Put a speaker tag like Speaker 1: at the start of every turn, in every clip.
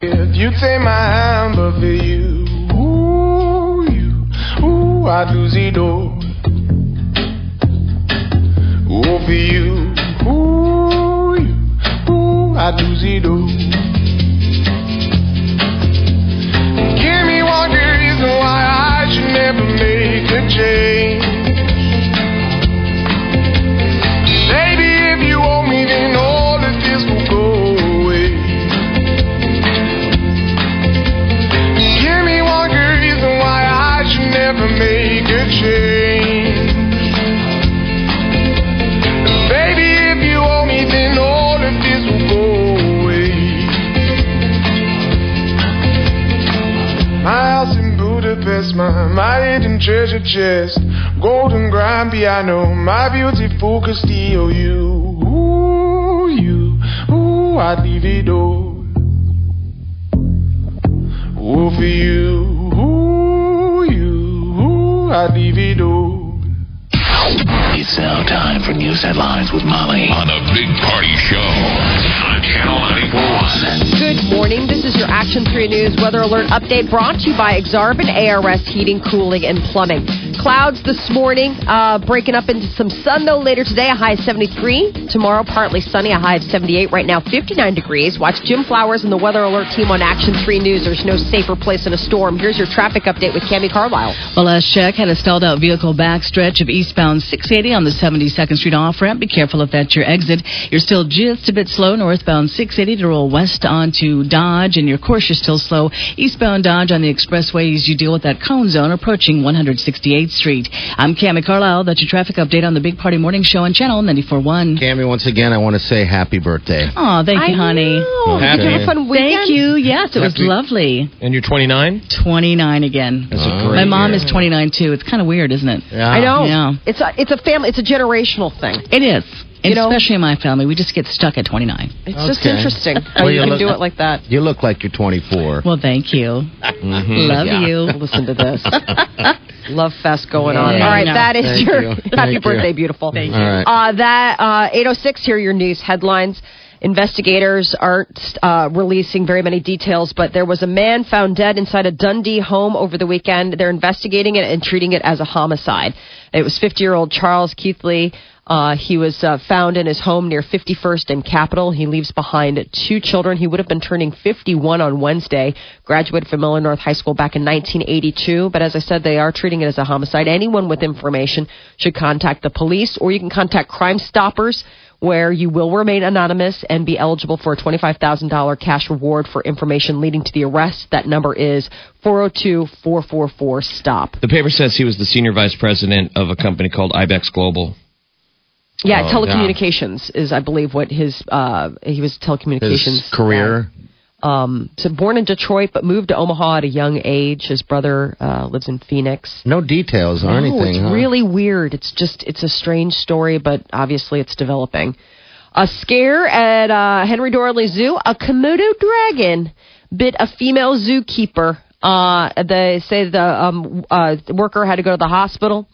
Speaker 1: If you take my hand, but for you, ooh, you, ooh, I do see door. Ooh, for you, ooh, you, ooh, I do see door. Give me one good reason why I should never make a change. Baby, if you owe me, then all of this will go away. Give me one good reason why I should never make a change. Baby, if you owe me, then all of this will go away. My house in Budapest, my, my hidden treasure chest, golden grand piano, my beautiful Castillo, you. Ooh, you, ooh, I'd leave it all. Ooh, for you, ooh, you, ooh, I'd leave it all.
Speaker 2: It's now time for news headlines with Molly on a big party show on Channel 941.
Speaker 3: Good morning. This is your Action 3 News weather alert update brought to you by Exarban ARS Heating, Cooling, and Plumbing. Clouds this morning, uh, breaking up into some sun though later today, a high of 73. Tomorrow, partly sunny, a high of 78. Right now, 59 degrees. Watch Jim Flowers and the weather alert team on Action 3 News. There's no safer place in a storm. Here's your traffic update with Cami Carlisle.
Speaker 4: Well, last check had a stalled out vehicle backstretch of eastbound 680 on the 72nd Street off ramp. Be careful if that's your exit. You're still just a bit slow northbound 680 to roll west onto Dodge, and your course you're still slow eastbound Dodge on the expressways. You deal with that cone zone approaching 168th Street. I'm Cami Carlisle. That's your traffic update on the Big Party Morning Show on Channel 94.1.
Speaker 5: Cammy, once again, I want to say happy birthday.
Speaker 4: Oh, thank you, honey.
Speaker 3: Oh, did you have a fun weekend?
Speaker 4: Thank you. Yes, it was
Speaker 5: Happy-
Speaker 4: lovely.
Speaker 6: And you're Uh-huh. 29?
Speaker 4: 29 again.
Speaker 5: That's a
Speaker 4: My
Speaker 5: great
Speaker 4: mom
Speaker 5: year.
Speaker 4: is 29 too. It's kind of weird, isn't it?
Speaker 5: Yeah.
Speaker 3: I know.
Speaker 4: Yeah.
Speaker 3: It's a it's a family. It's a generational thing.
Speaker 4: It is. And
Speaker 3: You know-
Speaker 4: especially in my family, we just get stuck at 29.
Speaker 3: It's just
Speaker 5: Okay.
Speaker 3: interesting how
Speaker 5: Well,
Speaker 3: you
Speaker 5: you
Speaker 3: can
Speaker 5: look-
Speaker 3: do it like that.
Speaker 5: You look like you're 24.
Speaker 4: Well, thank you. Love
Speaker 5: Yeah.
Speaker 4: you.
Speaker 3: Listen to this. Love fest going on.
Speaker 4: Yeah.
Speaker 3: All right,
Speaker 4: No.
Speaker 3: that is
Speaker 5: Thank
Speaker 3: your
Speaker 5: you.
Speaker 3: happy
Speaker 5: Thank you.
Speaker 3: birthday, beautiful.
Speaker 4: Thank
Speaker 5: All right.
Speaker 3: Uh, that uh, 806 here, are your news headlines. Investigators aren't uh, releasing very many details, but there was a man found dead inside a Dundee home over the weekend. They're investigating it and treating it as a homicide. It was 50 year old Charles Keithley. Uh, he was uh, found in his home near 51st and Capitol. He leaves behind two children. He would have been turning 51 on Wednesday. Graduated from Illinois North High School back in 1982. But as I said, they are treating it as a homicide. Anyone with information should contact the police, or you can contact Crime Stoppers, where you will remain anonymous and be eligible for a $25,000 cash reward for information leading to the arrest. That number is 402 444 STOP.
Speaker 6: The paper says he was the senior vice president of a company called Ibex Global.
Speaker 3: Yeah,
Speaker 5: Oh,
Speaker 3: telecommunications is, I believe, what his uh, he was telecommunications
Speaker 5: His career.
Speaker 3: Um, so born in Detroit, but moved to Omaha at a young age. His brother uh, lives in Phoenix.
Speaker 5: No details or
Speaker 3: No,
Speaker 5: anything.
Speaker 3: it's
Speaker 5: huh?
Speaker 3: really weird. It's just it's a strange story, but obviously it's developing. A scare at uh, Henry Dorley Zoo. A Komodo dragon bit a female zookeeper. Uh, they say the um, uh, worker had to go to the hospital,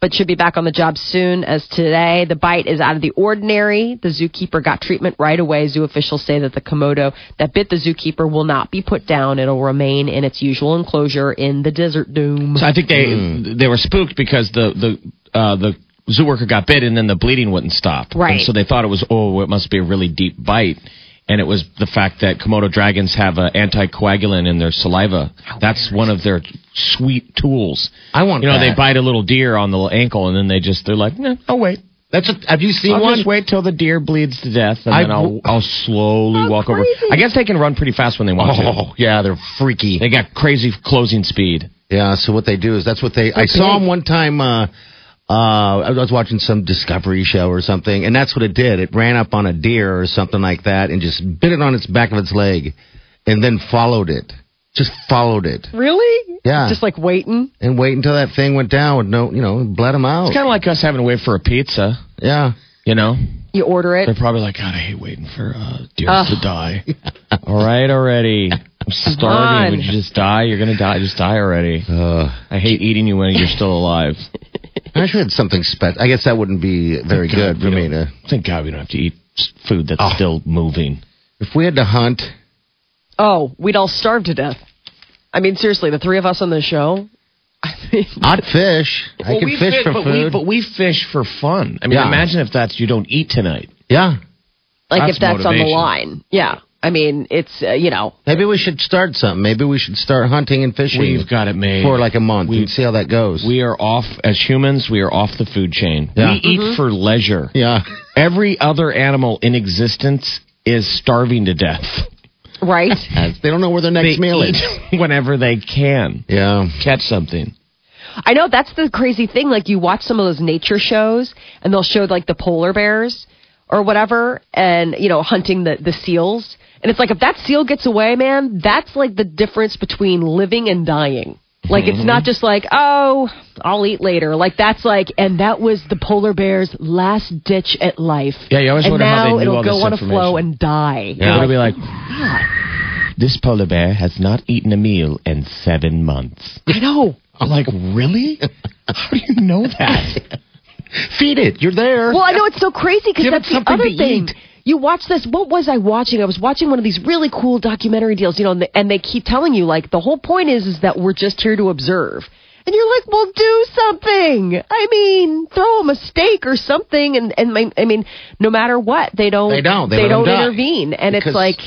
Speaker 3: but should be back on the job soon. As today, the bite is out of the ordinary. The zookeeper got treatment right away. Zoo officials say that the Komodo that bit the zookeeper will not be put down. It'll remain in its usual enclosure in the desert dome.
Speaker 6: So I think they they were spooked because the the uh, the zoo worker got bit and then the bleeding wouldn't stop.
Speaker 3: Right.
Speaker 6: And so they thought it was oh it must be a really deep bite. And it was the fact that Komodo dragons have an anticoagulant in their saliva. That's one of their sweet tools.
Speaker 5: I want
Speaker 6: You know,
Speaker 5: that.
Speaker 6: they bite a little deer on the ankle, and then they just they're like, nah, oh wait,
Speaker 5: That's a, have you seen
Speaker 6: I'll
Speaker 5: one?
Speaker 6: just wait till the deer bleeds to death, and
Speaker 5: I
Speaker 6: then I'll
Speaker 5: w-
Speaker 6: I'll slowly walk over. I guess they can run pretty fast when they want to.
Speaker 5: Oh yeah, they're freaky.
Speaker 6: They got crazy closing speed.
Speaker 5: Yeah. So what they do is that's what they. I saw them one time uh, Uh, I was watching some Discovery show or something, and that's what it did. It ran up on a deer or something like that, and just bit it on its back of its leg, and then followed it. Just followed it,
Speaker 3: Really?
Speaker 5: Yeah.
Speaker 3: Just like waiting.
Speaker 5: and wait until that thing went down with no, you know, bled them out.
Speaker 6: It's kind of like us having to wait for a pizza,
Speaker 5: yeah.
Speaker 6: you know?
Speaker 3: You order it.
Speaker 6: They're probably like, God, I hate waiting for uh, deers to die. all right, already. I'm
Speaker 3: on.
Speaker 6: starving. Would you just die? You're going to die. Just die already.
Speaker 5: Uh,
Speaker 6: I hate eating you when you're still alive.
Speaker 5: I should had something special. I guess that wouldn't be very good for me to. Ah.
Speaker 6: Thank God we don't have to eat s- food that's still moving.
Speaker 5: If we had to hunt,
Speaker 3: Oh, we'd all starve to death. I mean, seriously, the three of us on the show. I mean,
Speaker 5: I'd fish. I can fish for
Speaker 6: but
Speaker 5: food.
Speaker 6: We, but we fish for fun. I mean,
Speaker 5: Yeah.
Speaker 6: imagine if that's you don't eat tonight.
Speaker 5: yeah.
Speaker 3: like
Speaker 6: That's
Speaker 3: if that's on the
Speaker 6: motivation.
Speaker 3: line. Yeah. I mean, it's uh, you know,
Speaker 5: Maybe we should start something. Maybe we should start hunting and fishing.
Speaker 6: We've got it made.
Speaker 5: for like a month
Speaker 6: We-
Speaker 5: and see how that goes.
Speaker 6: We are off as humans. We are off the food chain.
Speaker 5: Yeah.
Speaker 6: We
Speaker 3: Mm-hmm.
Speaker 6: eat for leisure.
Speaker 5: yeah.
Speaker 6: Every other animal in existence is starving to death.
Speaker 3: right?
Speaker 5: they don't know where their next meal
Speaker 6: eat
Speaker 5: is.
Speaker 6: whenever they can.
Speaker 5: Yeah.
Speaker 6: Catch something.
Speaker 3: I know that's the crazy thing. Like you watch some of those nature shows, and they'll show like the polar bears or whatever, and you know hunting the the seals. And it's like if that seal gets away, man, that's like the difference between living and dying. Like it's
Speaker 6: Mm-hmm.
Speaker 3: not just like oh I'll eat later. Like that's like and that was the polar bear's last ditch at life.
Speaker 6: Yeah, you always
Speaker 3: and
Speaker 6: wonder how
Speaker 3: now
Speaker 6: they knew
Speaker 3: it'll
Speaker 6: all
Speaker 3: go
Speaker 6: this
Speaker 3: on a
Speaker 6: information.
Speaker 3: flow and die.
Speaker 6: Yeah. You're gonna be like, this polar bear has not eaten a meal in seven months.
Speaker 3: I know.
Speaker 6: I'm like, really? How do you know that?
Speaker 5: Feed it. You're there.
Speaker 3: Well, I know it's so crazy because
Speaker 5: Give
Speaker 3: that's
Speaker 5: it
Speaker 3: the
Speaker 5: something
Speaker 3: other
Speaker 5: to
Speaker 3: thing.
Speaker 5: eat.
Speaker 3: You watch this. What was I watching? I was watching one of these really cool documentary deals, you know, and, they- and they keep telling you like the whole point is is that we're just here to observe. And you're like, well, do something. I mean, throw them a steak or something. And and my, I mean, no matter what, they don't.
Speaker 5: They don't. They let 'em
Speaker 3: don't
Speaker 5: die.
Speaker 3: intervene. And it's
Speaker 5: Because-
Speaker 3: like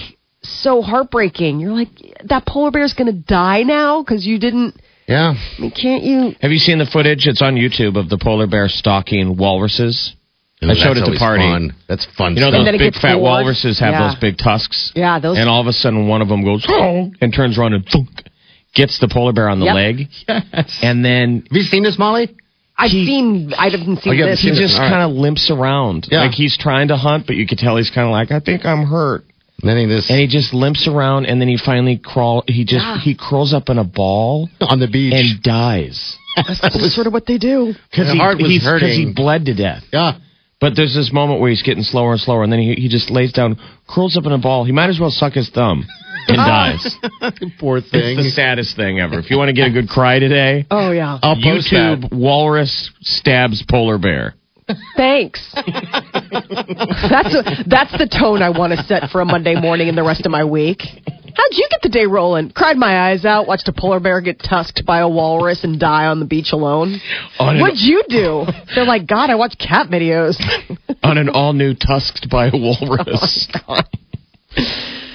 Speaker 3: so heartbreaking. You're like, that polar bear's gonna die now because you didn't.
Speaker 5: yeah.
Speaker 3: I mean, can't you?
Speaker 6: Have you seen the footage? It's on YouTube of the polar bear stalking walruses. I showed
Speaker 5: that's
Speaker 6: it to
Speaker 5: always
Speaker 6: party.
Speaker 5: Fun. That's fun
Speaker 6: You know
Speaker 5: stuff.
Speaker 6: those
Speaker 3: then it
Speaker 6: big
Speaker 3: gets
Speaker 6: fat
Speaker 3: bored.
Speaker 6: walruses have
Speaker 3: Yeah.
Speaker 6: those big tusks.
Speaker 3: Yeah, those-
Speaker 6: And all of a sudden, one of them goes "Honk," and turns around and thunk, gets the polar bear on the
Speaker 3: Yep.
Speaker 6: leg,
Speaker 5: Yes.
Speaker 6: and then
Speaker 5: Have you seen this, Molly?
Speaker 3: I've seen. I haven't seen
Speaker 5: Oh, you haven't
Speaker 3: this.
Speaker 6: he
Speaker 5: seen
Speaker 6: just
Speaker 5: All right.
Speaker 6: kind of limps around,
Speaker 5: Yeah.
Speaker 6: like he's trying to hunt, but you could tell he's kind of like, I think I'm hurt,
Speaker 5: Then he just
Speaker 6: and he just limps around, and then he finally crawl. He just he curls up in a ball
Speaker 5: on the beach.
Speaker 6: and dies
Speaker 3: That's sort of what they do.
Speaker 6: because
Speaker 5: My heart was
Speaker 6: because he
Speaker 5: hurting.
Speaker 6: bled to death.
Speaker 5: yeah.
Speaker 6: But there's this moment where he's getting slower and slower, and then he, he just lays down, curls up in a ball. He might as well suck his thumb and dies.
Speaker 5: Poor thing.
Speaker 6: It's the saddest thing ever. If you want to get a good cry today,
Speaker 3: Oh yeah.
Speaker 5: I'll post
Speaker 6: YouTube
Speaker 5: that.
Speaker 6: walrus stabs polar bear.
Speaker 3: Thanks. that's a, that's the tone I want to set for a Monday morning and the rest of my week. How'd you get the day rolling? Cried my eyes out, watched a polar bear get tusked by a walrus and die on the beach alone.
Speaker 6: On an,
Speaker 3: What'd you do? They're like, God, I watch cat videos.
Speaker 6: on an all new tusked by a walrus.
Speaker 3: Oh,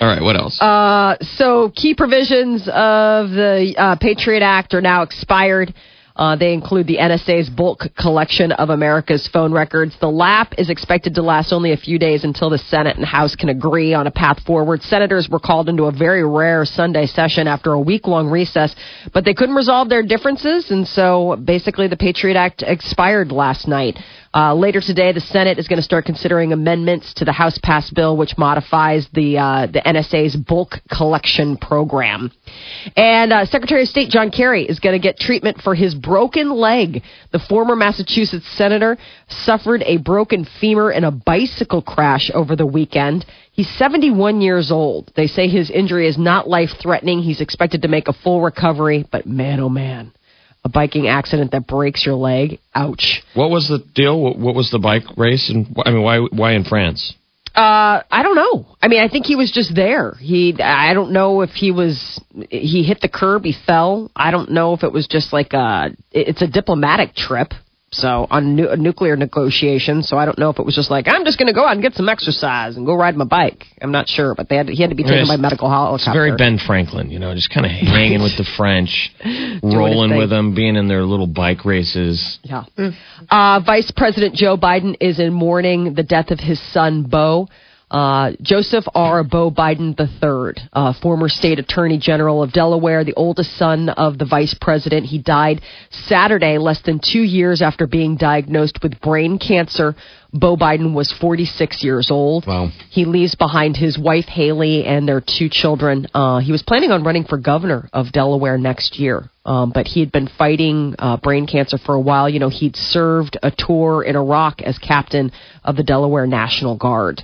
Speaker 6: all right, what else?
Speaker 3: Uh, so key provisions of the uh, Patriot Act are now expired. Uh, they include the NSA's bulk collection of America's phone records. The LAP is expected to last only a few days until the Senate and House can agree on a path forward. Senators were called into a very rare Sunday session after a week long recess, but they couldn't resolve their differences, and so basically the Patriot Act expired last night. Uh, later today, the Senate is going to start considering amendments to the House passed bill, which modifies the uh, the NSA's bulk collection program. And uh, Secretary of State John Kerry is going to get treatment for his broken leg. The former Massachusetts senator suffered a broken femur in a bicycle crash over the weekend. He's 71 years old. They say his injury is not life threatening. He's expected to make a full recovery, but man, oh man, a biking accident that breaks your leg. Ouch.
Speaker 6: what was the deal? What, what was the bike race? And wh- I mean, why why in France?
Speaker 3: Uh, I don't know. I mean, I think he was just there. He, I don't know if he was, he hit the curb, he fell. I don't know if it was just like a, it's a diplomatic trip. So on nu- nuclear negotiations, so I don't know if it was just like I'm just going to go out and get some exercise and go ride my bike. I'm not sure, but they had he had to be taken
Speaker 6: Yes.
Speaker 3: by medical helicopter.
Speaker 6: It's very Ben Franklin, you know, just kind of hanging with the French, rolling
Speaker 3: thing.
Speaker 6: with them, being in their little bike races.
Speaker 3: Yeah. Uh, Vice President Joe Biden is in mourning the death of his son, Beau. Uh, Joseph R. Bo Biden III, uh, former state attorney general of Delaware, the oldest son of the vice president. He died Saturday, less than two years after being diagnosed with brain cancer. Bo Biden was 46 years old.
Speaker 5: Wow.
Speaker 3: He leaves behind his wife, Haley, and their two children. Uh, he was planning on running for governor of Delaware next year, um, but he had been fighting uh, brain cancer for a while. You know, he'd served a tour in Iraq as captain of the Delaware National Guard.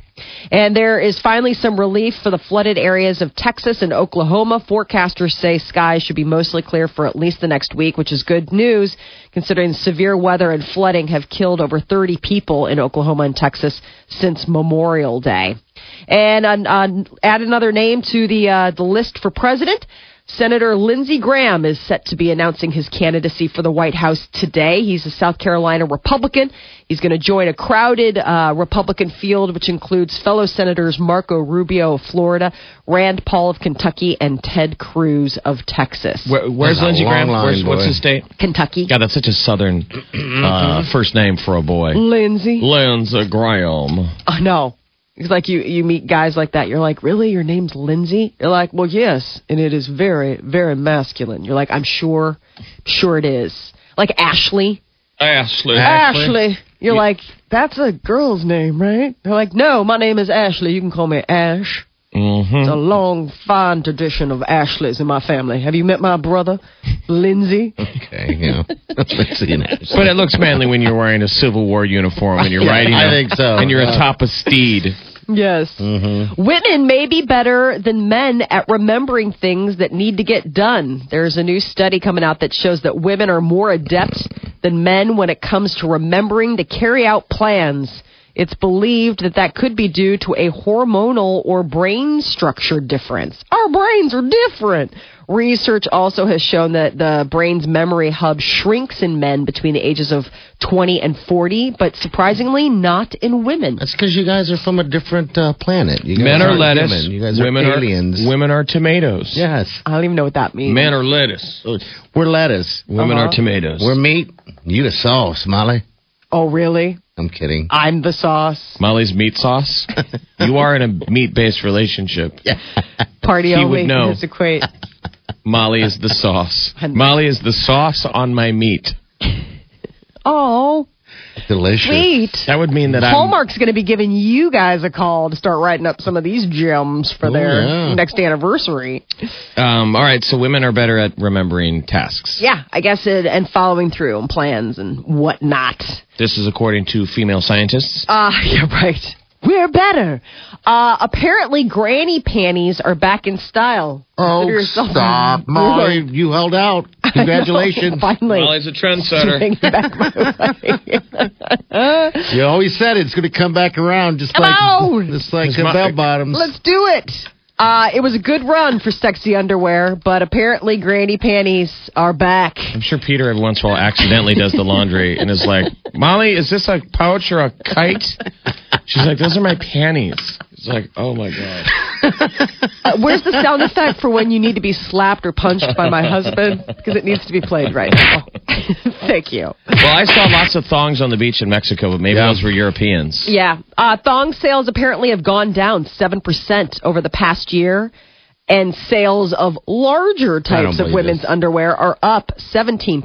Speaker 3: And there is finally some relief for the flooded areas of Texas and Oklahoma. Forecasters say skies should be mostly clear for at least the next week, which is good news considering severe weather and flooding have killed over 30 people in Oklahoma and Texas since Memorial Day. And uh, uh, add another name to the uh, the list for president. Senator Lindsey Graham is set to be announcing his candidacy for the White House today. He's a South Carolina Republican. He's going to join a crowded uh, Republican field, which includes fellow senators Marco Rubio of Florida, Rand Paul of Kentucky, and Ted Cruz of Texas.
Speaker 6: Where, where's
Speaker 5: There's a
Speaker 6: Lindsey
Speaker 5: long
Speaker 6: Graham?
Speaker 5: line,
Speaker 6: Where's,
Speaker 5: boy.
Speaker 6: what's
Speaker 5: Mm-hmm.
Speaker 6: his state?
Speaker 3: Kentucky.
Speaker 6: God, that's such a southern
Speaker 3: Mm-hmm.
Speaker 6: uh, first name for a boy.
Speaker 3: Mm. Lindsey.
Speaker 6: Lindsey Graham.
Speaker 3: Oh, no. It's like you, you meet guys like that. You're like, really? Your name's Lindsay? You're like, well, yes. And it is very, very masculine. You're like, I'm sure, sure it is. Like Ashley.
Speaker 6: Ashley.
Speaker 3: Ashley. You're like, that's a girl's name, right? They're like, no, my name is Ashley. You can call me Ash.
Speaker 6: Mm-hmm.
Speaker 3: It's a long, fine tradition of Ashleys in my family. Have you met my brother, Lindsay?
Speaker 5: Okay, yeah. Let's see next.
Speaker 6: But it looks manly when you're wearing a Civil War uniform and you're riding.
Speaker 5: I
Speaker 6: a-
Speaker 5: think so.
Speaker 6: And you're
Speaker 5: Yeah.
Speaker 6: atop a steed.
Speaker 3: Yes. Women may be better than men at remembering things that need to get done. There's a new study coming out that shows that women are more adept than men when it comes to remembering to carry out plans. It's believed that that could be due to a hormonal or brain structure difference. Our brains are different. Research also has shown that the brain's memory hub shrinks in men between the ages of 20 and 40, but surprisingly not in women.
Speaker 5: That's because you guys are from a different uh, planet. You guys
Speaker 6: Men are
Speaker 5: aren't
Speaker 6: lettuce.
Speaker 5: human. You guys
Speaker 6: women
Speaker 5: are aliens.
Speaker 6: women are tomatoes.
Speaker 5: yes.
Speaker 3: I don't even know what that means.
Speaker 6: Men are lettuce.
Speaker 5: We're lettuce. Uh-huh.
Speaker 6: Women are tomatoes.
Speaker 5: We're meat. You the sauce, Molly.
Speaker 3: oh, really?
Speaker 5: I'm kidding.
Speaker 3: I'm the sauce.
Speaker 6: Molly's meat sauce. you are in a meat-based relationship.
Speaker 3: Party
Speaker 6: He
Speaker 3: only.
Speaker 6: would know.
Speaker 3: It's a quit.
Speaker 6: Molly is the sauce.
Speaker 3: And-
Speaker 6: Molly is the sauce on my meat.
Speaker 3: Oh,
Speaker 5: Delicious.
Speaker 3: wait.
Speaker 6: That would mean that I'm.
Speaker 3: Hallmark's going to be giving you guys a call to start writing up some of these gems for their
Speaker 5: yeah.
Speaker 3: next anniversary.
Speaker 6: Um, all right, so women are better at remembering tasks.
Speaker 3: Yeah, I guess it, and following through and plans and whatnot.
Speaker 6: This is according to female scientists.
Speaker 3: Ah, yeah, right. We're better. Uh, apparently, granny panties are back in style.
Speaker 5: Oh,
Speaker 3: Consider yourself
Speaker 5: stop, Molly. You held out. Congratulations.
Speaker 3: Finally.
Speaker 6: Molly's a trendsetter.
Speaker 3: Bring it back my way.
Speaker 5: You always said it's going to come back around just
Speaker 3: Come
Speaker 5: like
Speaker 3: on.
Speaker 5: just like
Speaker 6: It's
Speaker 5: the
Speaker 6: my-
Speaker 5: bell bottoms.
Speaker 3: Let's do it. Uh, it was a good run for sexy underwear, but apparently granny panties are back.
Speaker 6: I'm sure Peter every once in a while accidentally does the laundry and is like, Molly, is this a pouch or a kite? She's like, those are my panties. It's like, oh my God.
Speaker 3: Uh, where's the sound effect for when you need to be slapped or punched by my husband? Because it needs to be played right now. Thank you.
Speaker 6: Well, I saw lots of thongs on the beach in Mexico, but maybe those were Europeans.
Speaker 3: Yeah. Uh, thong sales apparently have gone down 7% over the past year, and sales of larger types of
Speaker 5: believe
Speaker 3: women's
Speaker 5: this.
Speaker 3: underwear are up 17%.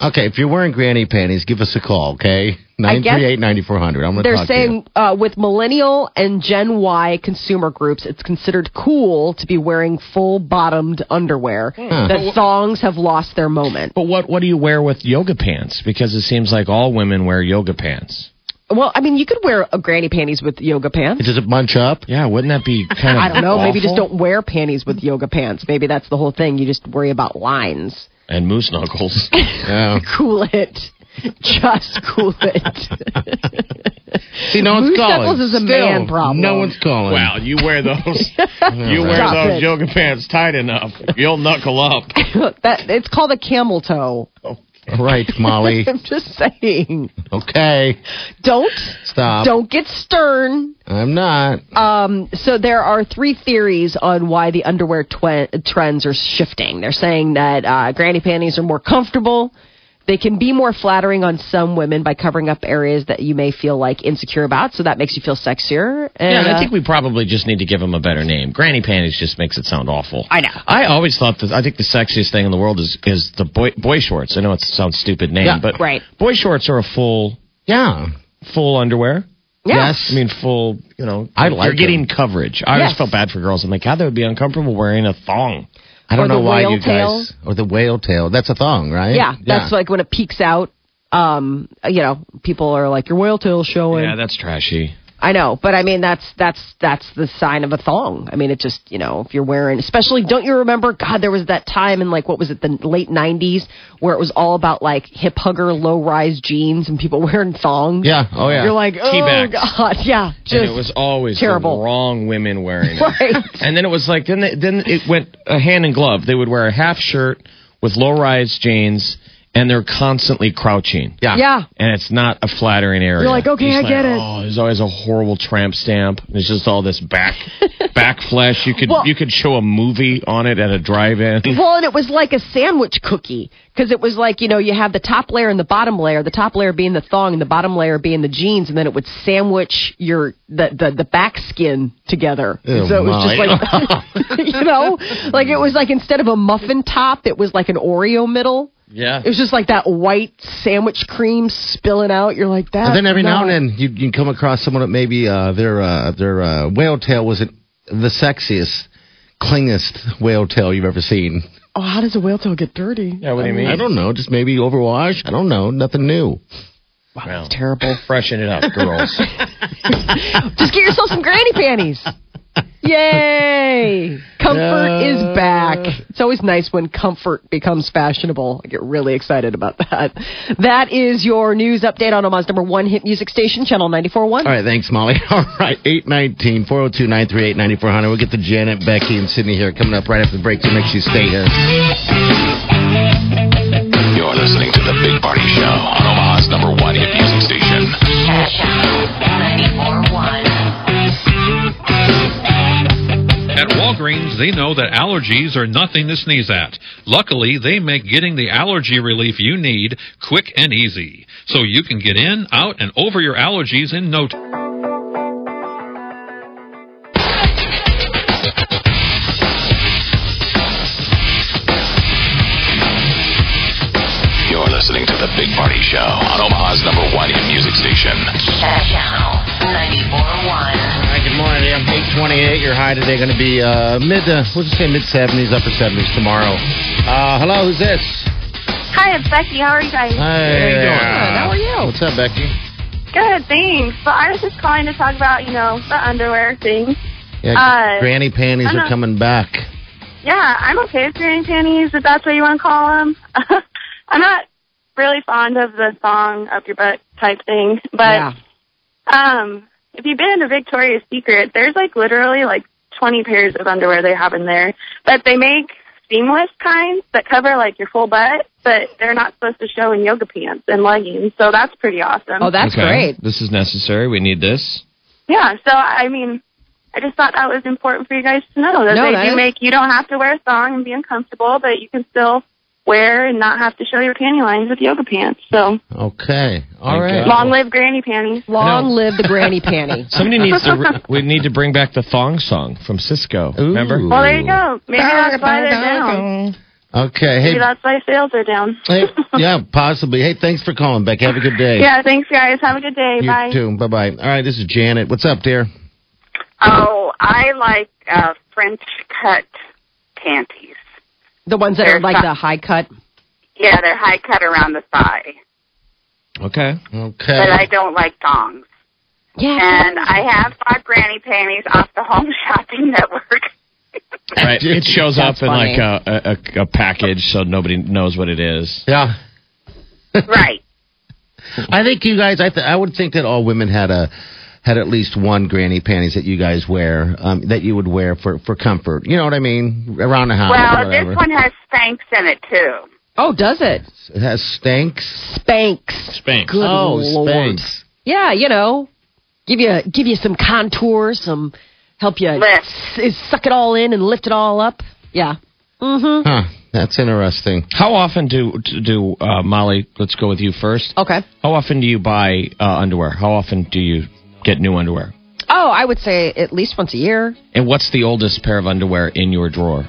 Speaker 5: Okay, if you're wearing granny panties, give us a call, okay?
Speaker 3: I guess-
Speaker 5: 938-9400. I'm going
Speaker 3: They're
Speaker 5: to talk to you.
Speaker 3: saying uh, with millennial and Gen Y consumer groups, it's considered cool to be wearing full bottomed underwear.
Speaker 6: Hmm.
Speaker 3: That thongs have lost their moment.
Speaker 6: But what, what do you wear with yoga pants? Because it seems like all women wear yoga pants.
Speaker 3: Well, I mean, you could wear a granny panties with yoga pants.
Speaker 5: Does it munch up?
Speaker 6: Yeah, wouldn't that be kind of
Speaker 3: I don't know. Maybe
Speaker 6: awful?
Speaker 3: just don't wear panties with yoga pants. Maybe that's the whole thing. You just worry about lines.
Speaker 6: And moose knuckles.
Speaker 5: Yeah.
Speaker 3: Cool it. Just cool it.
Speaker 5: See, no one's
Speaker 3: Moose
Speaker 5: calling.
Speaker 3: knuckles is a
Speaker 5: Still,
Speaker 3: man problem.
Speaker 5: No one's calling.
Speaker 6: Wow, you wear those. You wear
Speaker 3: Stop
Speaker 6: those
Speaker 3: it.
Speaker 6: yoga pants tight enough. You'll knuckle up.
Speaker 3: that it's called a camel toe.
Speaker 5: Right, Molly.
Speaker 3: I'm just saying.
Speaker 5: okay.
Speaker 3: Don't
Speaker 5: Stop.
Speaker 3: don't get stern.
Speaker 5: I'm not.
Speaker 3: Um, so there are three theories on why the underwear twe- trends are shifting. They're saying that uh, granny panties are more comfortable. They can be more flattering on some women by covering up areas that you may feel like insecure about, so that makes you feel sexier. And,
Speaker 6: Yeah, and I
Speaker 3: uh,
Speaker 6: think we probably just need to give him a better name. Granny panties just makes it sound awful.
Speaker 3: I know.
Speaker 6: I always thought that I think the sexiest thing in the world is is the boy boy shorts. I know it sounds stupid name,
Speaker 5: Yeah.
Speaker 6: but
Speaker 3: Right.
Speaker 6: boy shorts are a full
Speaker 5: Yeah.
Speaker 6: full underwear.
Speaker 3: yeah.
Speaker 5: Yes.
Speaker 6: I mean, full. You know,
Speaker 5: I like
Speaker 6: you're getting
Speaker 5: them.
Speaker 6: coverage. I
Speaker 3: Yes.
Speaker 6: always felt bad for girls. I'm like, God, they would be uncomfortable wearing a thong.
Speaker 5: I don't
Speaker 3: Or the
Speaker 5: know why
Speaker 3: whale
Speaker 5: you guys or the whale tail. That's a thong, right?
Speaker 3: Yeah, that's like when it peaks out. Um, you know, people are like, your whale tail's showing.
Speaker 6: Yeah, that's trashy.
Speaker 3: I know, but I mean that's that's that's the sign of a thong. I mean it just you know if you're wearing, especially don't you remember? God, there was that time in like what was it the late '90s where it was all about like hip hugger low rise jeans and people wearing thongs.
Speaker 5: Yeah. Oh yeah.
Speaker 3: you're like oh
Speaker 6: T-bags.
Speaker 3: god, yeah, just
Speaker 6: And it was always
Speaker 3: terrible.
Speaker 6: the wrong women wearing it.
Speaker 3: right.
Speaker 6: And then it was like then they, then it went a hand in glove. They would wear a half shirt with low rise jeans, and they're constantly crouching.
Speaker 5: yeah.
Speaker 3: Yeah,
Speaker 6: And it's not a flattering area.
Speaker 3: You're like, okay,
Speaker 6: It's
Speaker 3: I get it.
Speaker 6: Oh, there's always a horrible tramp stamp. There's just all this back back flesh. You could
Speaker 3: Well-
Speaker 6: you could show a movie on it at a drive-in.
Speaker 3: Well, and it was like a sandwich cookie because it was like you know you have the top layer and the bottom layer. The top layer being the thong, and the bottom layer being the jeans, and then it would sandwich your the the, the back skin together.
Speaker 5: Ew,
Speaker 3: so it was
Speaker 5: Molly.
Speaker 3: just like you know, like it was like instead of a muffin top, it was like an Oreo middle.
Speaker 6: Yeah.
Speaker 3: It was just like that white sandwich cream spilling out. You're like that.
Speaker 5: And then every now
Speaker 3: no.
Speaker 5: and then you you come across someone that maybe uh, their uh, their uh, whale tail wasn't the sexiest, clingest whale tail you've ever seen.
Speaker 3: oh, how does a whale tail get dirty?
Speaker 6: Yeah, what do you mean?
Speaker 5: I don't know, just maybe overwash. I don't know, nothing new.
Speaker 6: Wow,
Speaker 3: Terrible.
Speaker 6: Freshen it up, girls.
Speaker 3: Just get yourself some granny panties. Yay! Comfort
Speaker 5: Yeah.
Speaker 3: is back. It's always nice when comfort becomes fashionable. I get really excited about that. That is your news update on Omaha's number one hit music station, Channel 94.1.
Speaker 5: All right, thanks, Molly. All right, 819 402 938 9400. We'll get to Janet, Becky, and Sydney here coming up right after the break, so make sure you stay here.
Speaker 2: You're listening to The Big Party Show on Omaha's number one hit music station.
Speaker 7: At Walgreens, they know that allergies are nothing to sneeze at. Luckily, they make getting the allergy relief you need quick and easy. So you can get in, out, and over your allergies in no time.
Speaker 2: You're listening to The Big Party Show on Omaha's number one hit music station.
Speaker 5: All right, good morning. I'm 828. Your high today going to be uh, mid, uh, we'll just say mid 70s, upper 70s tomorrow. Uh, hello, who's this?
Speaker 8: Hi, it's Becky. How are you guys?
Speaker 5: Hey,
Speaker 3: How are you?
Speaker 5: What's up, Becky?
Speaker 8: Good, thanks. But I was just calling to talk about, you know, the underwear thing.
Speaker 5: Yeah,
Speaker 8: Uh,
Speaker 5: granny panties
Speaker 8: I'm not-
Speaker 5: are coming back.
Speaker 8: Yeah, I'm okay with granny panties, if that's what you want to call them. I'm not really fond of the thong up your butt type thing, but
Speaker 3: yeah.
Speaker 8: um, if you've been to Victoria's Secret, there's like literally like 20 pairs of underwear they have in there, but they make seamless kinds that cover like your full butt, but they're not supposed to show in yoga pants and leggings, so that's pretty awesome.
Speaker 3: Oh, that's great.
Speaker 6: This is necessary. We need this.
Speaker 8: Yeah, so I mean, I just thought that was important for you guys to know that
Speaker 3: No,
Speaker 8: they
Speaker 3: that
Speaker 8: do
Speaker 3: is-
Speaker 8: make you don't have to wear a thong and be uncomfortable, but you can still wear and not have to show your panty lines with yoga pants. So
Speaker 5: Okay. All
Speaker 6: Thank
Speaker 5: right.
Speaker 6: God.
Speaker 8: long live granny panties.
Speaker 3: Long live the granny panty.
Speaker 6: Somebody needs to. Re- we need to bring back the thong song from Cisco. Remember?
Speaker 5: Ooh.
Speaker 8: Well, there you go. Maybe that's why they're down.
Speaker 5: Okay. Hey,
Speaker 8: Maybe that's why sales are down.
Speaker 5: hey, yeah, possibly. Hey, thanks for calling, Becky. Have a good day.
Speaker 8: Yeah, thanks guys. Have a good day.
Speaker 5: You
Speaker 8: Bye.
Speaker 5: too. Bye bye. All right, this is Janet. What's up, dear?
Speaker 9: Oh, I like uh, French cut panties.
Speaker 3: the ones that are
Speaker 9: They're
Speaker 3: like
Speaker 9: fine.
Speaker 3: the high cut.
Speaker 9: Yeah, they're high cut around the thigh,
Speaker 6: Okay.
Speaker 5: Okay.
Speaker 9: but I don't like thongs.
Speaker 3: Yeah.
Speaker 9: And I have bought granny panties off the Home Shopping Network.
Speaker 6: Right. It shows
Speaker 3: That's
Speaker 6: up in
Speaker 3: funny.
Speaker 6: like a, a- a, a package, so nobody knows what it is.
Speaker 5: yeah.
Speaker 9: right.
Speaker 5: I think you guys. I th- I would think that all women had a had at least one granny panties that you guys wear um, that you would wear for for comfort. You know what I mean? Around the house. or
Speaker 9: Well,
Speaker 5: whatever.
Speaker 9: this one has spanks in it too.
Speaker 3: Oh, does it?
Speaker 5: it has stanks.
Speaker 3: Spanx.
Speaker 6: Spanx.
Speaker 3: Good
Speaker 5: oh,
Speaker 3: lord.
Speaker 5: spanks.
Speaker 3: Yeah, you know, give you give you some contour, some help you
Speaker 9: Lift.
Speaker 3: s- suck it all in and lift it all up. Yeah. Mm-hmm.
Speaker 5: Huh. That's interesting.
Speaker 6: How often do do uh, Molly? Let's go with you first.
Speaker 3: Okay.
Speaker 6: How often do you buy uh, underwear? How often do you get new underwear?
Speaker 3: Oh, I would say at least once a year.
Speaker 6: And what's the oldest pair of underwear in your drawer?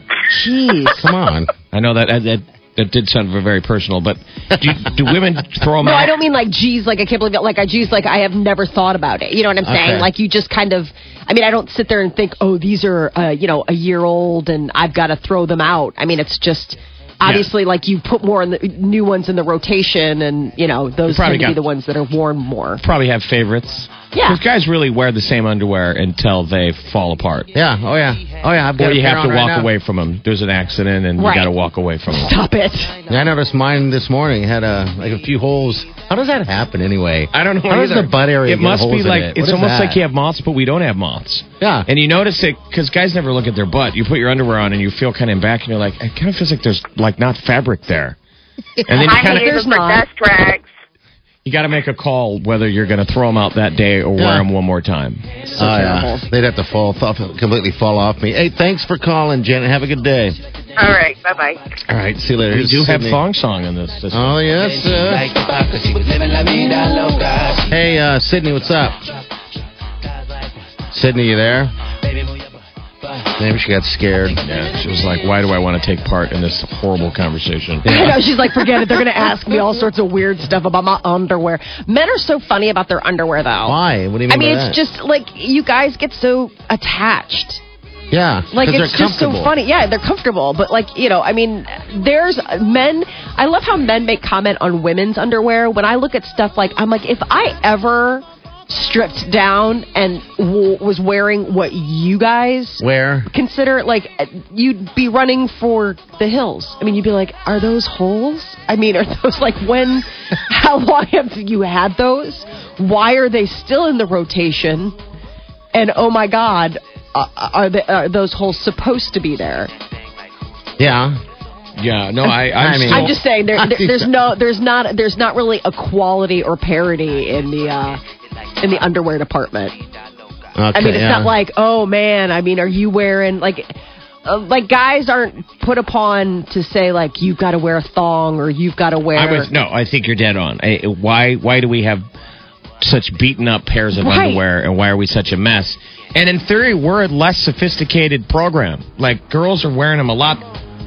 Speaker 3: Jeez.
Speaker 6: Come on. I know that that that did sound very personal, but do, do women throw them
Speaker 3: No,
Speaker 6: out?
Speaker 3: I don't mean like geez, like I can't believe it. Like I geez, like I have never thought about it. You know what I'm saying?
Speaker 6: Okay.
Speaker 3: Like you just kind of. I mean, I don't sit there and think, oh, these are uh, you know a year old and I've got to throw them out. I mean, it's just obviously like you put more in the new ones in the rotation, and you know those
Speaker 6: probably
Speaker 3: tend to be
Speaker 6: got-
Speaker 3: the ones that are worn more.
Speaker 6: probably have favorites.
Speaker 3: Yeah.
Speaker 6: 'Cause guys really wear the same underwear until they fall apart.
Speaker 5: Yeah. Oh yeah. Oh yeah. I've got
Speaker 6: Or
Speaker 5: a
Speaker 6: you
Speaker 5: pair
Speaker 6: have
Speaker 5: on
Speaker 6: to
Speaker 5: right
Speaker 6: walk
Speaker 5: now.
Speaker 6: away from them. There's an accident, and
Speaker 5: Right.
Speaker 6: you got to walk away from them.
Speaker 3: Stop it.
Speaker 5: Yeah, I noticed mine this morning had a like a few holes. How does that happen anyway?
Speaker 6: I don't know.
Speaker 5: How does
Speaker 6: either.
Speaker 5: the butt area?
Speaker 6: It
Speaker 5: get
Speaker 6: must
Speaker 5: holes
Speaker 6: be
Speaker 5: in
Speaker 6: like
Speaker 5: it? What
Speaker 6: it's
Speaker 5: is
Speaker 6: almost
Speaker 5: that?
Speaker 6: like you have moths, but we don't have moths.
Speaker 5: Yeah.
Speaker 6: And you notice it because guys never look at their butt. You put your underwear on, and you feel kind of back, and you're like, it kind of feels like there's like not fabric there. And then you
Speaker 9: I
Speaker 6: kind
Speaker 9: use
Speaker 6: of
Speaker 9: them for dust rags.
Speaker 6: you got to make a call whether you're going to throw them out that day or wear 'em wear them one more time.
Speaker 5: Oh, yeah. They'd have to fall, fall, completely fall off me. Hey, thanks for calling, Janet. Have a good day.
Speaker 9: All right, bye bye.
Speaker 5: All right, see you later.
Speaker 6: We
Speaker 5: Here's
Speaker 6: do have
Speaker 5: Sydney.
Speaker 6: thong song in this. this
Speaker 5: Oh yes. uh, hey, uh, Sydney, what's up? Sydney, you there? Maybe she got scared.
Speaker 6: Yeah, she was like, "Why do I want to take part in this horrible conversation?"
Speaker 3: I know, she's like, forget it. They're going to ask me all sorts of weird stuff about my underwear. Men are so funny about their underwear, though.
Speaker 5: Why? What do you mean?
Speaker 3: I mean,
Speaker 5: by
Speaker 3: it's just like you guys get so attached.
Speaker 5: just yeah.
Speaker 3: Like it's
Speaker 5: 'cause they're
Speaker 3: just so
Speaker 5: comfortable.
Speaker 3: funny. Yeah, they're comfortable, but like you know, I mean, there's men. I love how men make comment on women's underwear. When I look at stuff like, I'm like, if I ever stripped down and w- was wearing what you guys
Speaker 5: Where?
Speaker 3: consider, like, uh, you'd be running for the hills. I mean, you'd be like, are those holes? I mean, are those like when? how long have you had those? Why are they still in the rotation? and oh my god uh, are, the, are those holes supposed to be there
Speaker 5: Yeah.
Speaker 6: Yeah, no,
Speaker 5: I
Speaker 6: I, I'm
Speaker 5: mean-
Speaker 6: still-
Speaker 3: i'm just saying there,
Speaker 5: I
Speaker 3: there-
Speaker 5: think
Speaker 3: there's
Speaker 5: so.
Speaker 3: no there's not there's not really a quality or parity in the uh, in the underwear department
Speaker 5: Okay,
Speaker 3: i mean it's
Speaker 5: yeah.
Speaker 3: not like oh man i mean are you wearing like uh, like guys aren't put upon to say like you've got to wear a thong or you've got to wear
Speaker 6: I was no. I think you're dead on. I, why? Why do we have such beaten up pairs of
Speaker 3: Right.
Speaker 6: underwear, and why are we such a mess? And in theory, we're a less sophisticated program. Like girls are wearing them a lot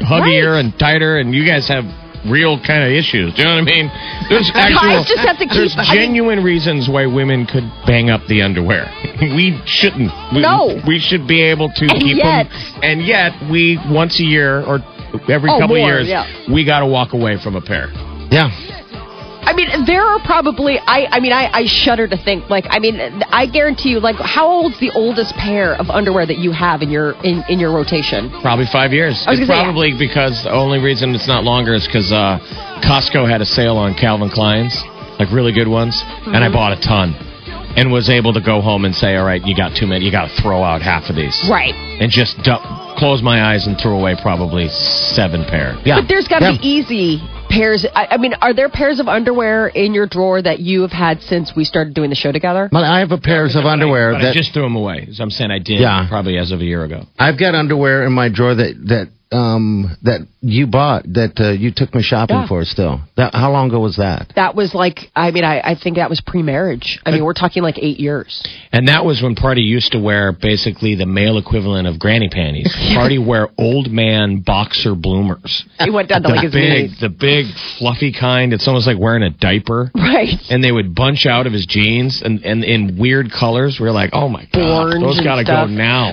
Speaker 6: huggier and tighter, and you guys have real kind of issues. Do you know what I mean? There's
Speaker 3: Guys
Speaker 6: actual,
Speaker 3: just have to keep-
Speaker 6: There's
Speaker 3: I mean-
Speaker 6: genuine reasons why women could bang up the underwear. we shouldn't. We,
Speaker 3: No.
Speaker 6: we should be able to
Speaker 3: And
Speaker 6: keep
Speaker 3: yet-
Speaker 6: them. And yet, we once a year or every
Speaker 3: Oh,
Speaker 6: couple
Speaker 3: more,
Speaker 6: years,
Speaker 3: yeah.
Speaker 6: we got to walk away from a pair.
Speaker 5: Yeah.
Speaker 3: I mean, there are probably. I. I mean, I. I shudder to think. Like, I mean, I guarantee you. Like, how old's the oldest pair of underwear that you have in your in in your rotation?
Speaker 6: Probably five years.
Speaker 3: I was
Speaker 6: It's
Speaker 3: gonna say,
Speaker 6: probably because the only reason it's not longer is because uh, Costco had a sale on Calvin Klein's, like really good ones, and I
Speaker 3: Mm-hmm.
Speaker 6: bought a ton, and was able to go home and say, "All right, you got too many. You got to throw out half of these."
Speaker 3: Right.
Speaker 6: And just dump, close my eyes and threw away probably seven pair.
Speaker 5: Yeah.
Speaker 3: But there's got to
Speaker 5: Yeah.
Speaker 3: be easy pairs. I, I mean, are there pairs of underwear in your drawer that you have had since we started doing the show together?
Speaker 5: Well, I have a pairs of underwear
Speaker 6: But I
Speaker 5: that
Speaker 6: just threw them away. So I'm saying I did.
Speaker 5: Yeah.
Speaker 6: Probably as of a year ago.
Speaker 5: I've got underwear in my drawer that that um that you bought that uh, you took me shopping
Speaker 3: Yeah.
Speaker 5: for. Still, that, how long ago was that?
Speaker 3: That was like. I mean, I. I think that was pre-marriage. I mean, we're talking like eight years.
Speaker 6: And that was when Party used to wear basically the male equivalent of granny panties. Party wear old man boxer bloomers.
Speaker 3: He went down to
Speaker 6: the
Speaker 3: like his
Speaker 6: big,
Speaker 3: knees.
Speaker 6: the big fluffy kind. It's almost like wearing a diaper.
Speaker 3: Right.
Speaker 6: And they would bunch out of his jeans and, and in weird colors. We are like, oh my god,
Speaker 3: Orange
Speaker 6: those
Speaker 3: and
Speaker 6: gotta
Speaker 3: stuff.
Speaker 6: go now.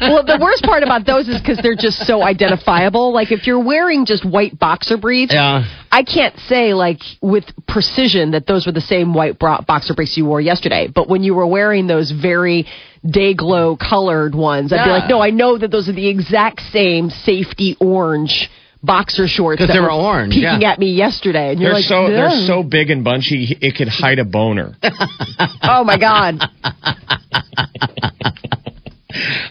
Speaker 3: well, the worst part about those is because they're just so identifiable. Like if you're wearing just white boxer briefs,
Speaker 5: Yeah.
Speaker 3: I can't say like with precision that those were the same white bra- boxer briefs you wore yesterday. But when you were wearing those very day glow colored ones, I'd be like, no, I know that those are the exact same safety orange boxer shorts
Speaker 5: 'Cause
Speaker 3: that
Speaker 5: they were orange,
Speaker 3: peeking
Speaker 5: yeah.
Speaker 3: at me yesterday. And you're
Speaker 6: They're
Speaker 3: like,
Speaker 6: so
Speaker 3: "Ugh."
Speaker 6: they're so big and bunchy. It could hide a boner.
Speaker 3: oh my god.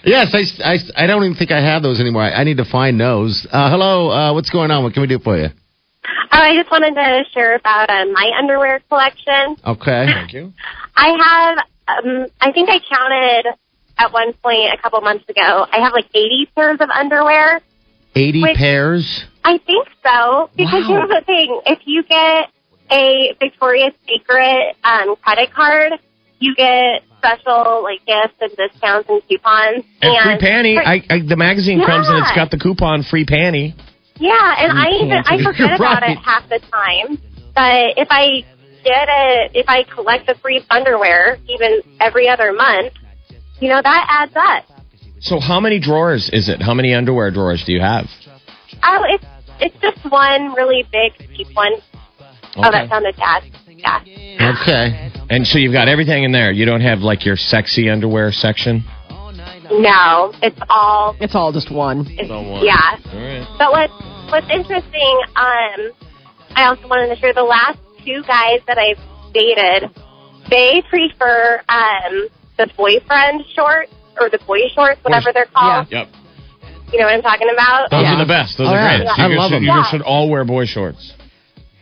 Speaker 5: Yes, I, s- I, s- I don't even think I have those anymore. I, I need to find those. Uh, hello, uh, what's going on? What can we do for you?
Speaker 9: Oh, I just wanted to share about uh, my underwear collection.
Speaker 5: Okay.
Speaker 6: Thank you.
Speaker 9: I have, um, I think I counted at one point a couple months ago, I have like 80 pairs of underwear.
Speaker 5: 80
Speaker 9: Which-
Speaker 5: pairs?
Speaker 9: I think so because
Speaker 5: Wow.
Speaker 9: here's the thing: if you get a Victoria's Secret um, credit card, you get special like gifts and discounts and coupons
Speaker 6: And free panty. I, I, the magazine comes and it's
Speaker 9: Yeah.
Speaker 6: got the coupon free panty.
Speaker 9: Yeah, and
Speaker 6: You
Speaker 9: I even
Speaker 6: can't
Speaker 9: I
Speaker 6: do-
Speaker 9: forget about
Speaker 6: Right.
Speaker 9: it half the time. But if I get a if I collect the free underwear even every other month, you know that adds up.
Speaker 6: So how many drawers is it? How many underwear drawers do you have?
Speaker 9: Oh, it's it's just one really big deep one. Oh,
Speaker 6: Okay.
Speaker 9: that sounded bad. Yeah.
Speaker 6: Okay. And so you've got everything in there. You don't have like your sexy underwear section.
Speaker 9: No, it's all
Speaker 3: It's all just one.
Speaker 9: it's,
Speaker 6: one.
Speaker 9: yeah.
Speaker 6: All right.
Speaker 9: But what what's interesting, um, I also wanted to share the last two guys that I've dated, they prefer um, the boyfriend shorts or the boy shorts, whatever they're called.
Speaker 6: Yep.
Speaker 9: You know what I'm talking about?
Speaker 6: Those are the best. Those
Speaker 9: Oh,
Speaker 6: are
Speaker 9: yeah.
Speaker 6: great.
Speaker 9: Yeah.
Speaker 6: You
Speaker 9: I
Speaker 6: guys
Speaker 9: love
Speaker 6: should,
Speaker 9: 'em.
Speaker 6: You guys
Speaker 9: Yeah.
Speaker 6: should all wear boy shorts.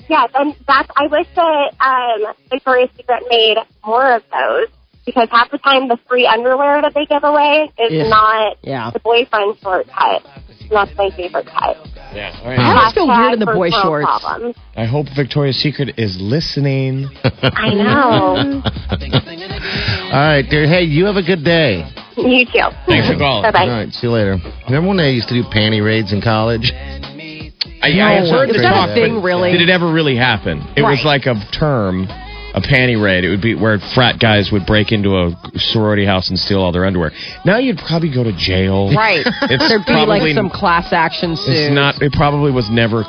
Speaker 9: Yes, and that's I wish that um, Victoria's Secret made more of those because half the time the free underwear that they give away is
Speaker 3: Yeah.
Speaker 9: not
Speaker 3: Yeah.
Speaker 9: the boyfriend short cut. And That's my favorite cut.
Speaker 6: Yeah.
Speaker 3: I always feel weird in the
Speaker 9: Hashtag
Speaker 3: boy
Speaker 9: for girl
Speaker 3: shorts.
Speaker 9: problems.
Speaker 6: I hope Victoria's Secret is listening.
Speaker 9: I know.
Speaker 5: All right, dear. Hey, you have a good day.
Speaker 9: You too.
Speaker 6: Thanks for calling.
Speaker 9: Bye-bye.
Speaker 5: All right, see you later. Remember when they used to do panty raids in college?
Speaker 6: I, I have
Speaker 5: No,
Speaker 6: heard
Speaker 5: is
Speaker 6: the
Speaker 5: that a
Speaker 6: talk,
Speaker 3: thing,
Speaker 6: but
Speaker 3: really?
Speaker 6: Did it ever really happen? It was like a term, a panty raid. It would be where frat guys would break into a sorority house and steal all their underwear. Now you'd probably go to jail.
Speaker 3: Right.
Speaker 6: It's
Speaker 3: There'd be
Speaker 6: probably
Speaker 3: like some class action suit.
Speaker 6: It's not. It probably was never.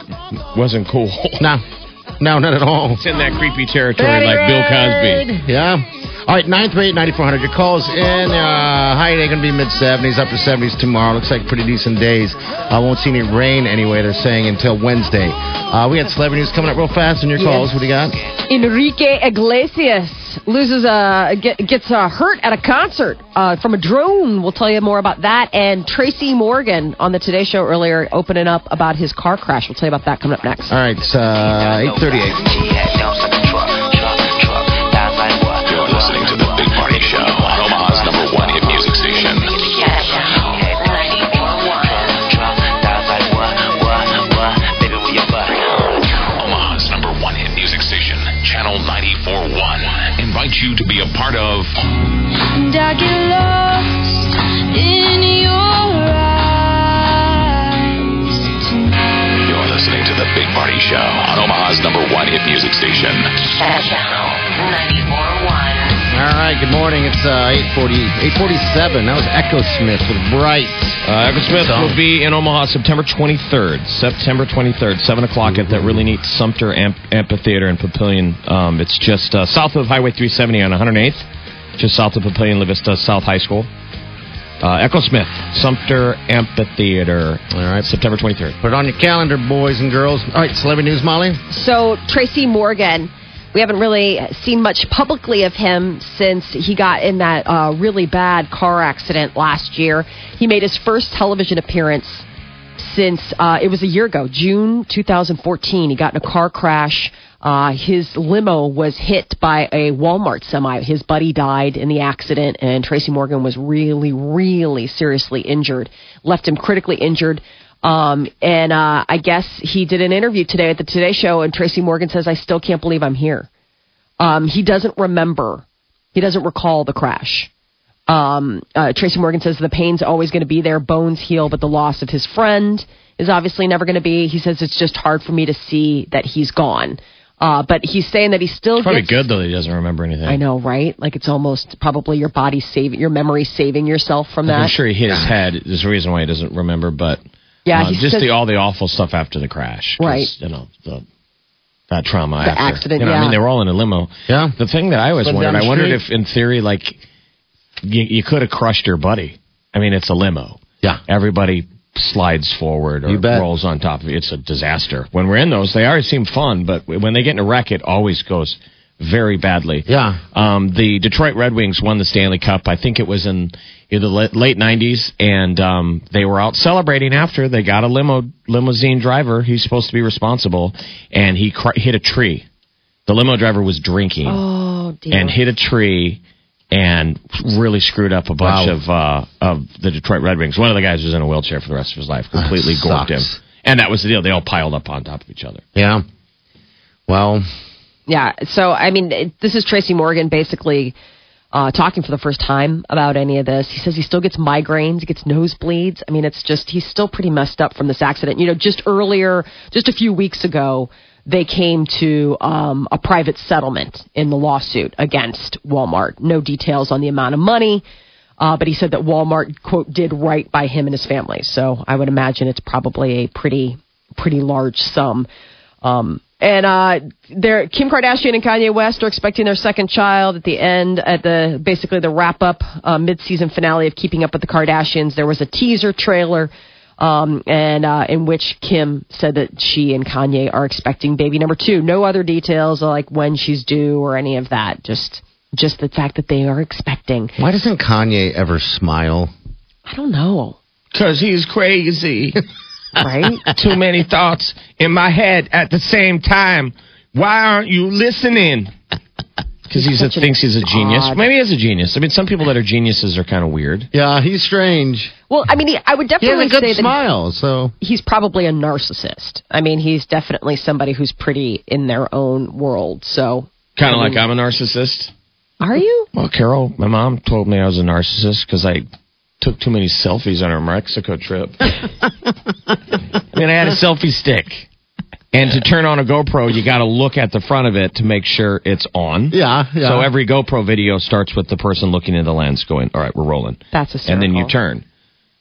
Speaker 6: Wasn't cool.
Speaker 5: No, no, not at all.
Speaker 6: It's in that creepy territory, like Bill Cosby.
Speaker 5: Yeah. All right, 938-9400. Your calls in. Uh, high today going to be mid-70s, up to 70s tomorrow. Looks like pretty decent days. I won't see any rain anyway, they're saying, until Wednesday. Uh, we got celebrity news coming up real fast in your
Speaker 3: Yeah.
Speaker 5: calls. What do you got?
Speaker 3: Enrique Iglesias loses a get, gets uh, hurt at a concert uh, from a drone. We'll tell you more about that. And Tracy Morgan on the Today Show earlier opening up about his car crash. We'll tell you about that coming up next.
Speaker 5: All right, it's uh, 838.
Speaker 2: You're listening to the Big Party Show on Omaha's number one hit music station. Omaha's number one hit music station, Channel 94.1, invites you to be a part of You're listening to the Big Party Show on Omaha's number one hit music station.
Speaker 5: All right, good morning. It's uh, 840, 847. That was Echo Smith with Bright.
Speaker 6: Uh, Evan Smith will be in Omaha September 23rd. September 23rd, 7 o'clock at
Speaker 5: Mm-hmm.
Speaker 6: that really neat Sumter amp- Amphitheater in Papillion. Um, it's just uh, south of Highway 370 on 108th, just south of Papillion La Vista South High School. Uh, Echo Smith, Sumter Amphitheater. All right. September 23rd.
Speaker 5: Put it on your calendar, boys and girls. All right, celebrity news, Molly.
Speaker 3: So Tracy Morgan, we haven't really seen much publicly of him since he got in that uh, really bad car accident last year. He made his first television appearance since uh, it was a year ago, June 2014. He got in a car crash. Uh, his limo was hit by a Walmart semi. His buddy died in the accident, and Tracy Morgan was really, really seriously injured. Left him critically injured. Um, and uh, I guess he did an interview today at the Today Show, and Tracy Morgan says, I still can't believe I'm here. Um, he doesn't remember, he doesn't recall the crash. Um, uh, Tracy Morgan says the pain's always going to be there, bones heal, but the loss of his friend is obviously never going to be. He says it's just hard for me to see that he's gone. Uh, but he's saying that he still
Speaker 6: Probably
Speaker 3: gets-
Speaker 6: good, though, that he doesn't remember anything.
Speaker 3: I know, right? Like it's almost probably your body saving, your memory saving yourself from that.
Speaker 6: I'm sure he hit his head. There's a reason why he doesn't remember, but
Speaker 3: Yeah,
Speaker 6: um,
Speaker 3: he
Speaker 6: just
Speaker 3: says-
Speaker 6: the all the awful stuff after the crash, 'cause,
Speaker 3: Right.
Speaker 6: You know the that trauma,
Speaker 3: The
Speaker 6: after.
Speaker 3: accident,
Speaker 6: You know, I
Speaker 3: yeah.
Speaker 6: mean, they were all in a limo.
Speaker 5: Yeah.
Speaker 6: The thing that I always
Speaker 5: Slid down
Speaker 6: wondered, I
Speaker 5: the
Speaker 6: wondered if,
Speaker 5: street.
Speaker 6: in theory, like you, you could have crushed your buddy. I mean, it's a limo.
Speaker 5: Yeah.
Speaker 6: Everybody slides forward or
Speaker 5: You bet.
Speaker 6: rolls on top of it. It's a disaster. When we're in those, they always seem fun, but when they get in a wreck, it always goes very badly.
Speaker 5: Yeah.
Speaker 6: Um, the Detroit Red Wings won the Stanley Cup. I think it was in either the late '90s, and um, they were out celebrating after. They got a limo limousine driver. He's supposed to be responsible, and he cr- hit a tree. The limo driver was drinking
Speaker 3: Oh dear.
Speaker 6: and hit a tree and really screwed up a bunch of uh, of the Detroit Red Wings. One of the guys was in a wheelchair for the rest of his life. Completely gorged him,
Speaker 5: sucks.
Speaker 6: and that was the deal. They all piled up on top of each other.
Speaker 5: Yeah. Well,
Speaker 3: Yeah. So, I mean, it, this is Tracy Morgan basically uh, talking for the first time about any of this. He says he still gets migraines, he gets nosebleeds. I mean, it's just, he's still pretty messed up from this accident. You know, just earlier, just a few weeks ago, they came to um, a private settlement in the lawsuit against Walmart. No details on the amount of money. Uh, but he said that Walmart quote did right by him and his family. So I would imagine it's probably a pretty pretty large sum. Um, and uh, there, Kim Kardashian and Kanye West are expecting their second child at the end, at the basically the wrap up uh, mid season finale of Keeping Up with the Kardashians. There was a teaser trailer, um, and uh, in which Kim said that she and Kanye are expecting baby number two. No other details like when she's due or any of that. Just just the fact that they are expecting.
Speaker 5: why doesn't Kanye ever smile?
Speaker 3: I don't know.
Speaker 6: Because he's crazy.
Speaker 3: Right?
Speaker 6: Too many thoughts in my head at the same time. Why aren't you listening? Because he
Speaker 3: Such an
Speaker 6: thinks he's a genius.
Speaker 3: odd-
Speaker 6: Maybe he's a genius. I mean, some people that are geniuses are kind of weird.
Speaker 5: Yeah, he's strange.
Speaker 3: Well, I mean, he, I would
Speaker 5: He has
Speaker 3: definitely
Speaker 5: a good
Speaker 3: say that
Speaker 5: smile, so
Speaker 3: he's probably a narcissist. I mean, he's definitely somebody who's pretty in their own world. So,
Speaker 6: Kind of like I'm a narcissist.
Speaker 3: are you?
Speaker 6: Well, Carol, my mom told me I was a narcissist because I took too many selfies on our Mexico trip. I mean, I had a selfie stick. And to turn on a GoPro, you got to look at the front of it to make sure it's on.
Speaker 5: yeah, yeah.
Speaker 6: So every GoPro video starts with the person looking in the lens going, all right, we're rolling.
Speaker 3: That's a
Speaker 6: and then you turn.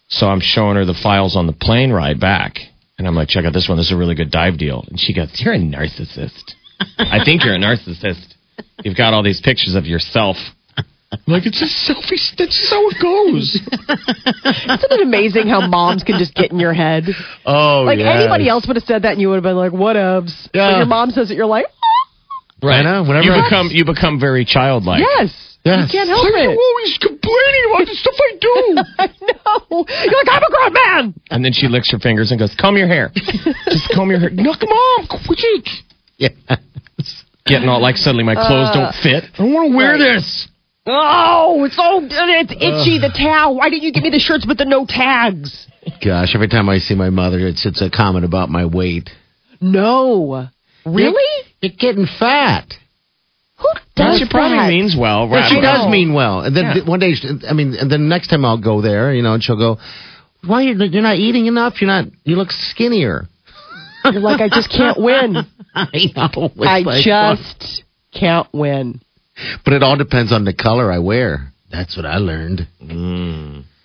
Speaker 6: So I'm showing her the files on the plane ride back. And I'm like, check out this one. This is a really good dive deal. And she goes, you're a narcissist. I think you're a narcissist. You've got all these pictures of yourself. I'm like, it's a selfie. st- That's just how it goes.
Speaker 3: Isn't it amazing how moms can just get in your head?
Speaker 5: oh,
Speaker 3: Like
Speaker 5: yes.
Speaker 3: anybody else would have said that, and you would have been like, "Whatevs." But
Speaker 5: Yeah.
Speaker 3: your mom says it, you're like,
Speaker 5: I know, whenever
Speaker 6: you
Speaker 5: I-
Speaker 6: become you become very childlike.
Speaker 3: "Yes,
Speaker 5: Yes.
Speaker 3: you can't help it."
Speaker 6: always complaining about the stuff I do.
Speaker 3: I know. You're like, "I'm a grown man."
Speaker 6: and then she licks her fingers and goes, comb your hair. just comb your hair. No, come on, quick.
Speaker 5: Yeah.
Speaker 6: Getting all like suddenly my clothes
Speaker 3: Uh,
Speaker 6: don't fit. I don't want to wear this.
Speaker 3: Oh, it's so it's itchy. The towel. Why didn't you give me the shirts with the no tags?
Speaker 5: Gosh, every time I see my mother, it's it's a comment about my weight.
Speaker 3: No, really?
Speaker 5: You're getting fat.
Speaker 3: Who does Oh.
Speaker 6: she probably
Speaker 3: that?
Speaker 6: means well,
Speaker 5: But
Speaker 6: right?
Speaker 5: she
Speaker 6: well.
Speaker 5: does mean well. And then th- one day, she- I mean, and then next time I'll go there, you know, and she'll go, "Why you you're not eating enough? You're not. You look skinnier."
Speaker 3: You're like, I just can't win.
Speaker 5: I know. It's
Speaker 3: I
Speaker 5: like,
Speaker 3: just can't win.
Speaker 5: But it all depends on the color I wear. That's what I learned.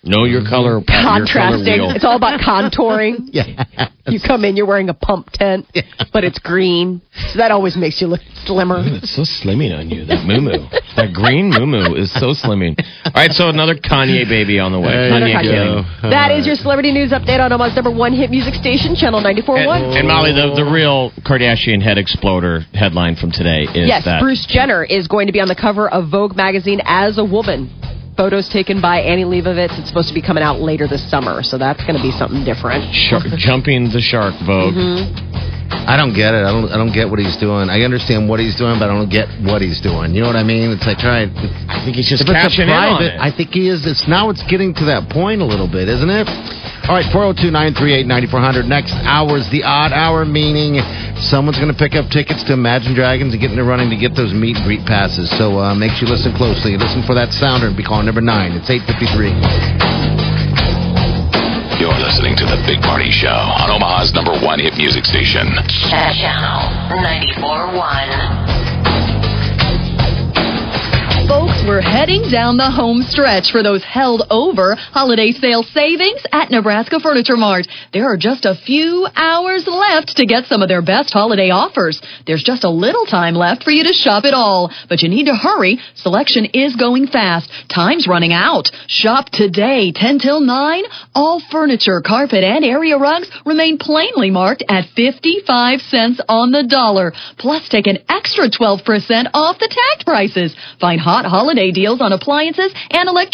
Speaker 6: Know your color. Contrasting. Your color
Speaker 3: Contrasting.
Speaker 6: wheel.
Speaker 3: It's all about contouring.
Speaker 5: Yeah.
Speaker 3: You come in, you're wearing a pump tent, but it's green, so that always makes you look slimmer.
Speaker 6: It's so slimming on you, that moo moo. that green moo moo is so slimming. All right, so another Kanye baby on the way.
Speaker 5: There
Speaker 6: Kanye
Speaker 5: you
Speaker 6: killing.
Speaker 5: go.
Speaker 3: That is your celebrity news update on Omaha's number one hit music station, Channel 94.1.
Speaker 6: And, and Molly, the, the real Kardashian head exploder headline from today is
Speaker 3: yes,
Speaker 6: that
Speaker 3: Bruce Jenner is going to be on the cover of Vogue magazine as a woman. Photos taken by Annie Leibovitz. It's supposed to be coming out later this summer, so that's going to be something different.
Speaker 6: shark, jumping the shark Vogue.
Speaker 5: Mm-hmm. I don't get it. I don't. I don't get what he's doing. I understand what he's doing, but I don't get what he's doing. You know what I mean? It's like trying.
Speaker 6: I think he's
Speaker 5: If
Speaker 6: just
Speaker 5: it's a
Speaker 6: cashing in on
Speaker 5: private,
Speaker 6: it.
Speaker 5: I think he is. It's now. It's getting to that point a little bit, isn't it? All right, 402 938 9400. Next hour's the odd hour, meaning someone's going to pick up tickets to Imagine Dragons and get in the running to get those meet and greet passes. So uh, make sure you listen closely. Listen for that sounder and be calling number nine. It's 853.
Speaker 2: You're listening to The Big Party Show on Omaha's number one hit music station.
Speaker 10: Channel 94.1.
Speaker 11: Folks, we're heading down the home stretch for those held over holiday sale savings at Nebraska Furniture Mart. There are just a few hours left to get some of their best holiday offers. There's just a little time left for you to shop it all, but you need to hurry. Selection is going fast. Time's running out. Shop today, 10 till 9. All furniture, carpet, and area rugs remain plainly marked at 55 cents on the dollar. Plus, take an extra 12% off the tag prices. Find hot holiday deals on appliances and electronics.